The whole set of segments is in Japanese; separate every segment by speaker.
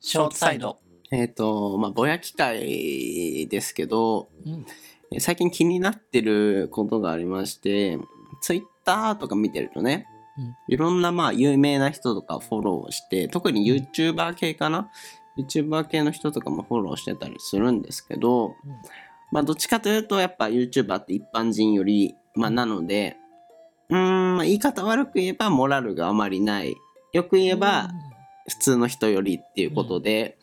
Speaker 1: ショートサイド。
Speaker 2: えっ、と、まあ、ぼやき会ですけど、
Speaker 1: うん
Speaker 2: え最近気になってることがありまして、ツイッターとか見てるとね、
Speaker 1: うん
Speaker 2: いろんなまあ有名な人とかフォローして、特に YouTuber 系かな ?YouTuber 系の人とかもフォローしてたりするんですけど、まあどっちかというとやっぱ YouTuber って一般人より、まあなので、うーん、まあ言い方悪く言えばモラルがあまりない。よく言えば、普通の人よりっていうことで、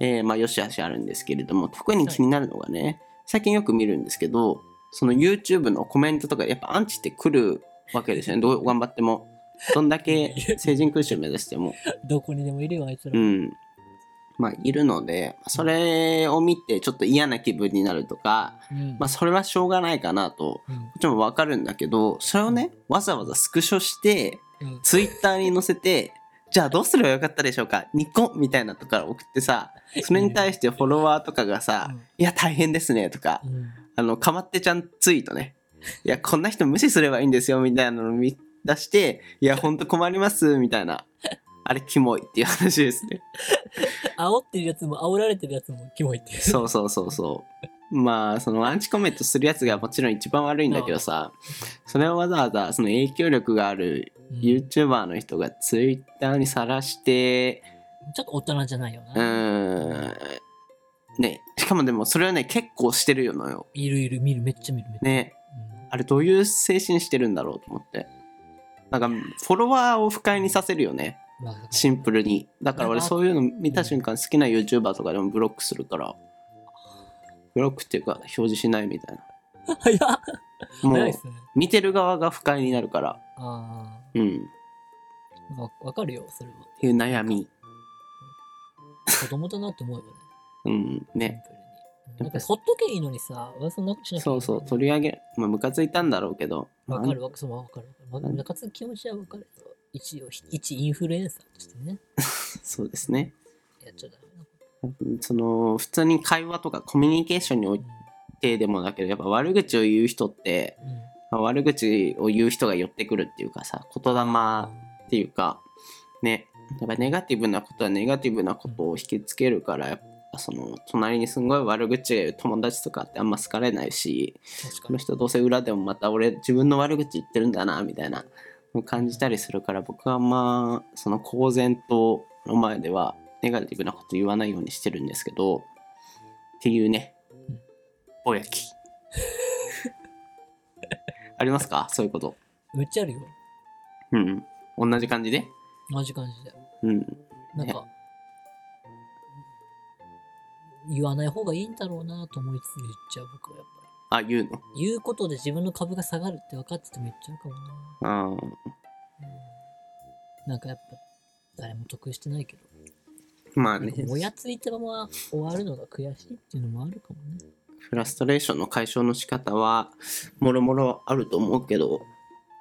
Speaker 2: えーまあ、よしあしあるんですけれども特に気になるのがね、最近よく見るんですけどその YouTube のコメントとかやっぱアンチってくるわけですよねどう頑張ってもどんだけ成人空襲目指しても
Speaker 1: うんどこにでもいるよ、あいつ
Speaker 2: う
Speaker 1: ら。
Speaker 2: んまあいるのでそれを見てちょっと嫌な気分になるとか
Speaker 1: うん
Speaker 2: まあそれはしょうがないかなと
Speaker 1: うん
Speaker 2: こっちもわかるんだけどそれをねわざわざスクショして
Speaker 1: うん
Speaker 2: ツイッターに載せて、じゃあどうすればよかったでしょうかニコみたいなとこから送ってさ、それに対してフォロワーとかがさ、いや大変ですねとか
Speaker 1: う、ん
Speaker 2: あの、かまってちゃんツイートね。いや、こんな人無視すればいいんですよみたいなのを見出して、いや、ほんと困りますみたいな。あれ、キモいっていう話ですね。
Speaker 1: 煽ってるやつも煽られてるやつもキモいっていう。
Speaker 2: そうそうそうそう。まあ、そのアンチコメントするやつがもちろん一番悪いんだけどさ、それをわざわざその影響力がある
Speaker 1: うん
Speaker 2: YouTuber の人がツイッターにさらして、
Speaker 1: ちょっと大人じゃないよ
Speaker 2: う
Speaker 1: な。
Speaker 2: ーん。ね、しかもでもそれはね、結構してるよのよ。
Speaker 1: いるいる、見る、めっちゃ見る、めっちゃ
Speaker 2: ね、
Speaker 1: うん
Speaker 2: あれどういう精神してるんだろうと思って。なんか、フォロワーを不快にさせるよね。
Speaker 1: まあ
Speaker 2: シンプルに。だから俺
Speaker 1: なんか
Speaker 2: そういうの見た瞬間好きな YouTuber とかでもブロックするから。ブロックっていうか表示しないみたいな。
Speaker 1: 早っ
Speaker 2: も
Speaker 1: 早いうっすね。
Speaker 2: 見てる側が不快になるから。
Speaker 1: あ
Speaker 2: うん。っ
Speaker 1: あ、わわかるよ、それは。
Speaker 2: ていう悩み。
Speaker 1: 子供だなって思うよね。
Speaker 2: うん。
Speaker 1: シ
Speaker 2: ね。
Speaker 1: ンプルにうんなんかほっとけいいのにさ、そんなことしなきゃいけ
Speaker 2: そ
Speaker 1: な
Speaker 2: う
Speaker 1: い
Speaker 2: そう。取り上げ、まあムカついたんだろうけど。
Speaker 1: わかるわかる、そうわかるわか
Speaker 2: う
Speaker 1: る。
Speaker 2: ん
Speaker 1: ムカつく気持ちはわかるよ。一応、一インフルエンサーとしてね、
Speaker 2: そうですね。
Speaker 1: やっちゃダメなこと
Speaker 2: その普通に会話とかコミュニケーションにおいてでもだけどやっぱ悪口を言う人って
Speaker 1: うんうん
Speaker 2: 悪口を言う人が寄ってくるっていうかさ言霊っていうかねやっぱネガティブなことはネガティブなことを引きつけるからやっぱその隣にすごい悪口が言う友達とかってあんま好かれないし
Speaker 1: 確か
Speaker 2: この
Speaker 1: に。
Speaker 2: 人どうせ裏でもまた俺自分の悪口言ってるんだなみたいなのを感じたりするから僕はまあその公然との前ではネガティブなこと言わないようにしてるんですけどっていうね
Speaker 1: うん
Speaker 2: ぼやき ありますかそういうこと
Speaker 1: めっちゃあるよ。
Speaker 2: うん同じ感じで
Speaker 1: 同じ感じで。
Speaker 2: うん
Speaker 1: なんか、言わない方がいいんだろうなと思いつつ言っちゃう僕はやっぱ
Speaker 2: あ言うの
Speaker 1: り。言うことで自分の株が下がるって分かってても言っちゃうかもな。
Speaker 2: あー
Speaker 1: うんなんかやっぱ、誰も得してないけど。
Speaker 2: まあ
Speaker 1: なん
Speaker 2: ね
Speaker 1: かもやついたまま終わるのが悔しいっていうのもあるかもね。
Speaker 2: フラストレーションの解消の仕方はもろもろあると思うけど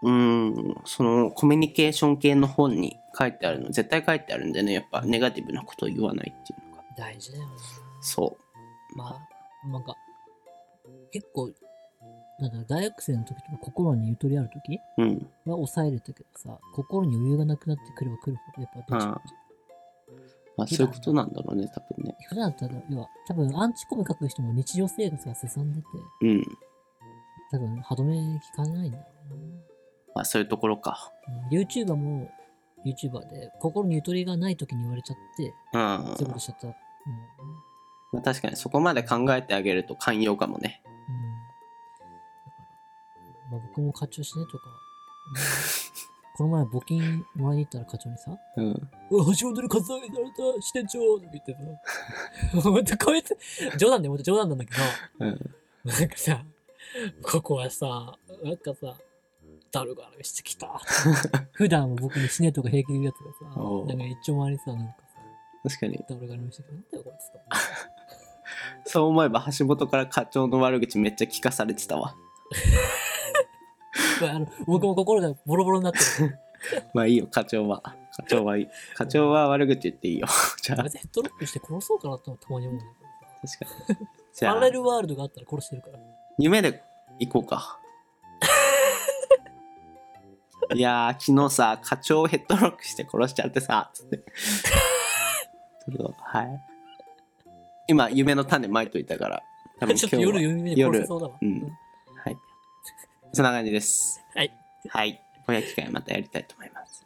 Speaker 2: うーんそのコミュニケーション系の本に書いてあるの絶対書いてあるんでねやっぱネガティブなことを言わないっていうのが
Speaker 1: 大事だよな。
Speaker 2: そ
Speaker 1: まあ、なんか、結構、なんだろう大学生の時とか心にゆとりある時
Speaker 2: ううん
Speaker 1: は抑えれたけどさ、心に余裕がなくなってくれば来るほど、やっぱどっちかっていうと
Speaker 2: まあそういうことなんだろうね多分ね
Speaker 1: 普段だったら、要は、多分アンチコメ書く人も日常生活がすさんでて、
Speaker 2: うん
Speaker 1: 多分歯止め効かないんだろう
Speaker 2: まあそういうところか
Speaker 1: な。うん YouTuber も YouTuber で、心にゆとりがない時に言われちゃって、
Speaker 2: うん
Speaker 1: そういうことしちゃった。うん。
Speaker 2: まあ確かにそこまで考えてあげると寛容かもね
Speaker 1: うん。だから、まあ僕も課長しねとか、うんこの前募金もらいに行ったら課長にさ、
Speaker 2: うん
Speaker 1: うわ、橋本にカツアゲされた支店長とか言って さ、ほんとこいつ、冗談で、ほんと冗談なんだけど、
Speaker 2: うん
Speaker 1: なんかさ、ここはさ、なんかさ、だるがらみしてき た。普段は僕に死ねとか平気で言うやつがさ
Speaker 2: おう、
Speaker 1: なんか一丁回りにさ、なんか
Speaker 2: 確かに
Speaker 1: さ、だるがらみしてきた。なんだよ、こいつと。
Speaker 2: そう思えば橋本から課長の悪口めっちゃ聞かされてたわ
Speaker 1: まああの僕も心がボロボロになってる。
Speaker 2: まあいいよ課長は課長はいい課長は悪口言っていいよ じゃあ
Speaker 1: あいつヘッドロックして殺そうかなとたまに思うんだけどさ。
Speaker 2: 確かに。じ
Speaker 1: パ
Speaker 2: ゃ
Speaker 1: ラ
Speaker 2: あ
Speaker 1: レ、ルワールドがあったら殺してるから。
Speaker 2: 夢で行こ うか。いやー、昨日さ、課長をヘッドロックして殺しちゃってさ、つって。それははい今夢の種まいといたから多 分
Speaker 1: ちょっ
Speaker 2: 今
Speaker 1: と
Speaker 2: 日は
Speaker 1: 夜読みで殺せそうだわ。
Speaker 2: うんはいそんな感じです
Speaker 1: はい。
Speaker 2: はい小焼き会またやりたいと思います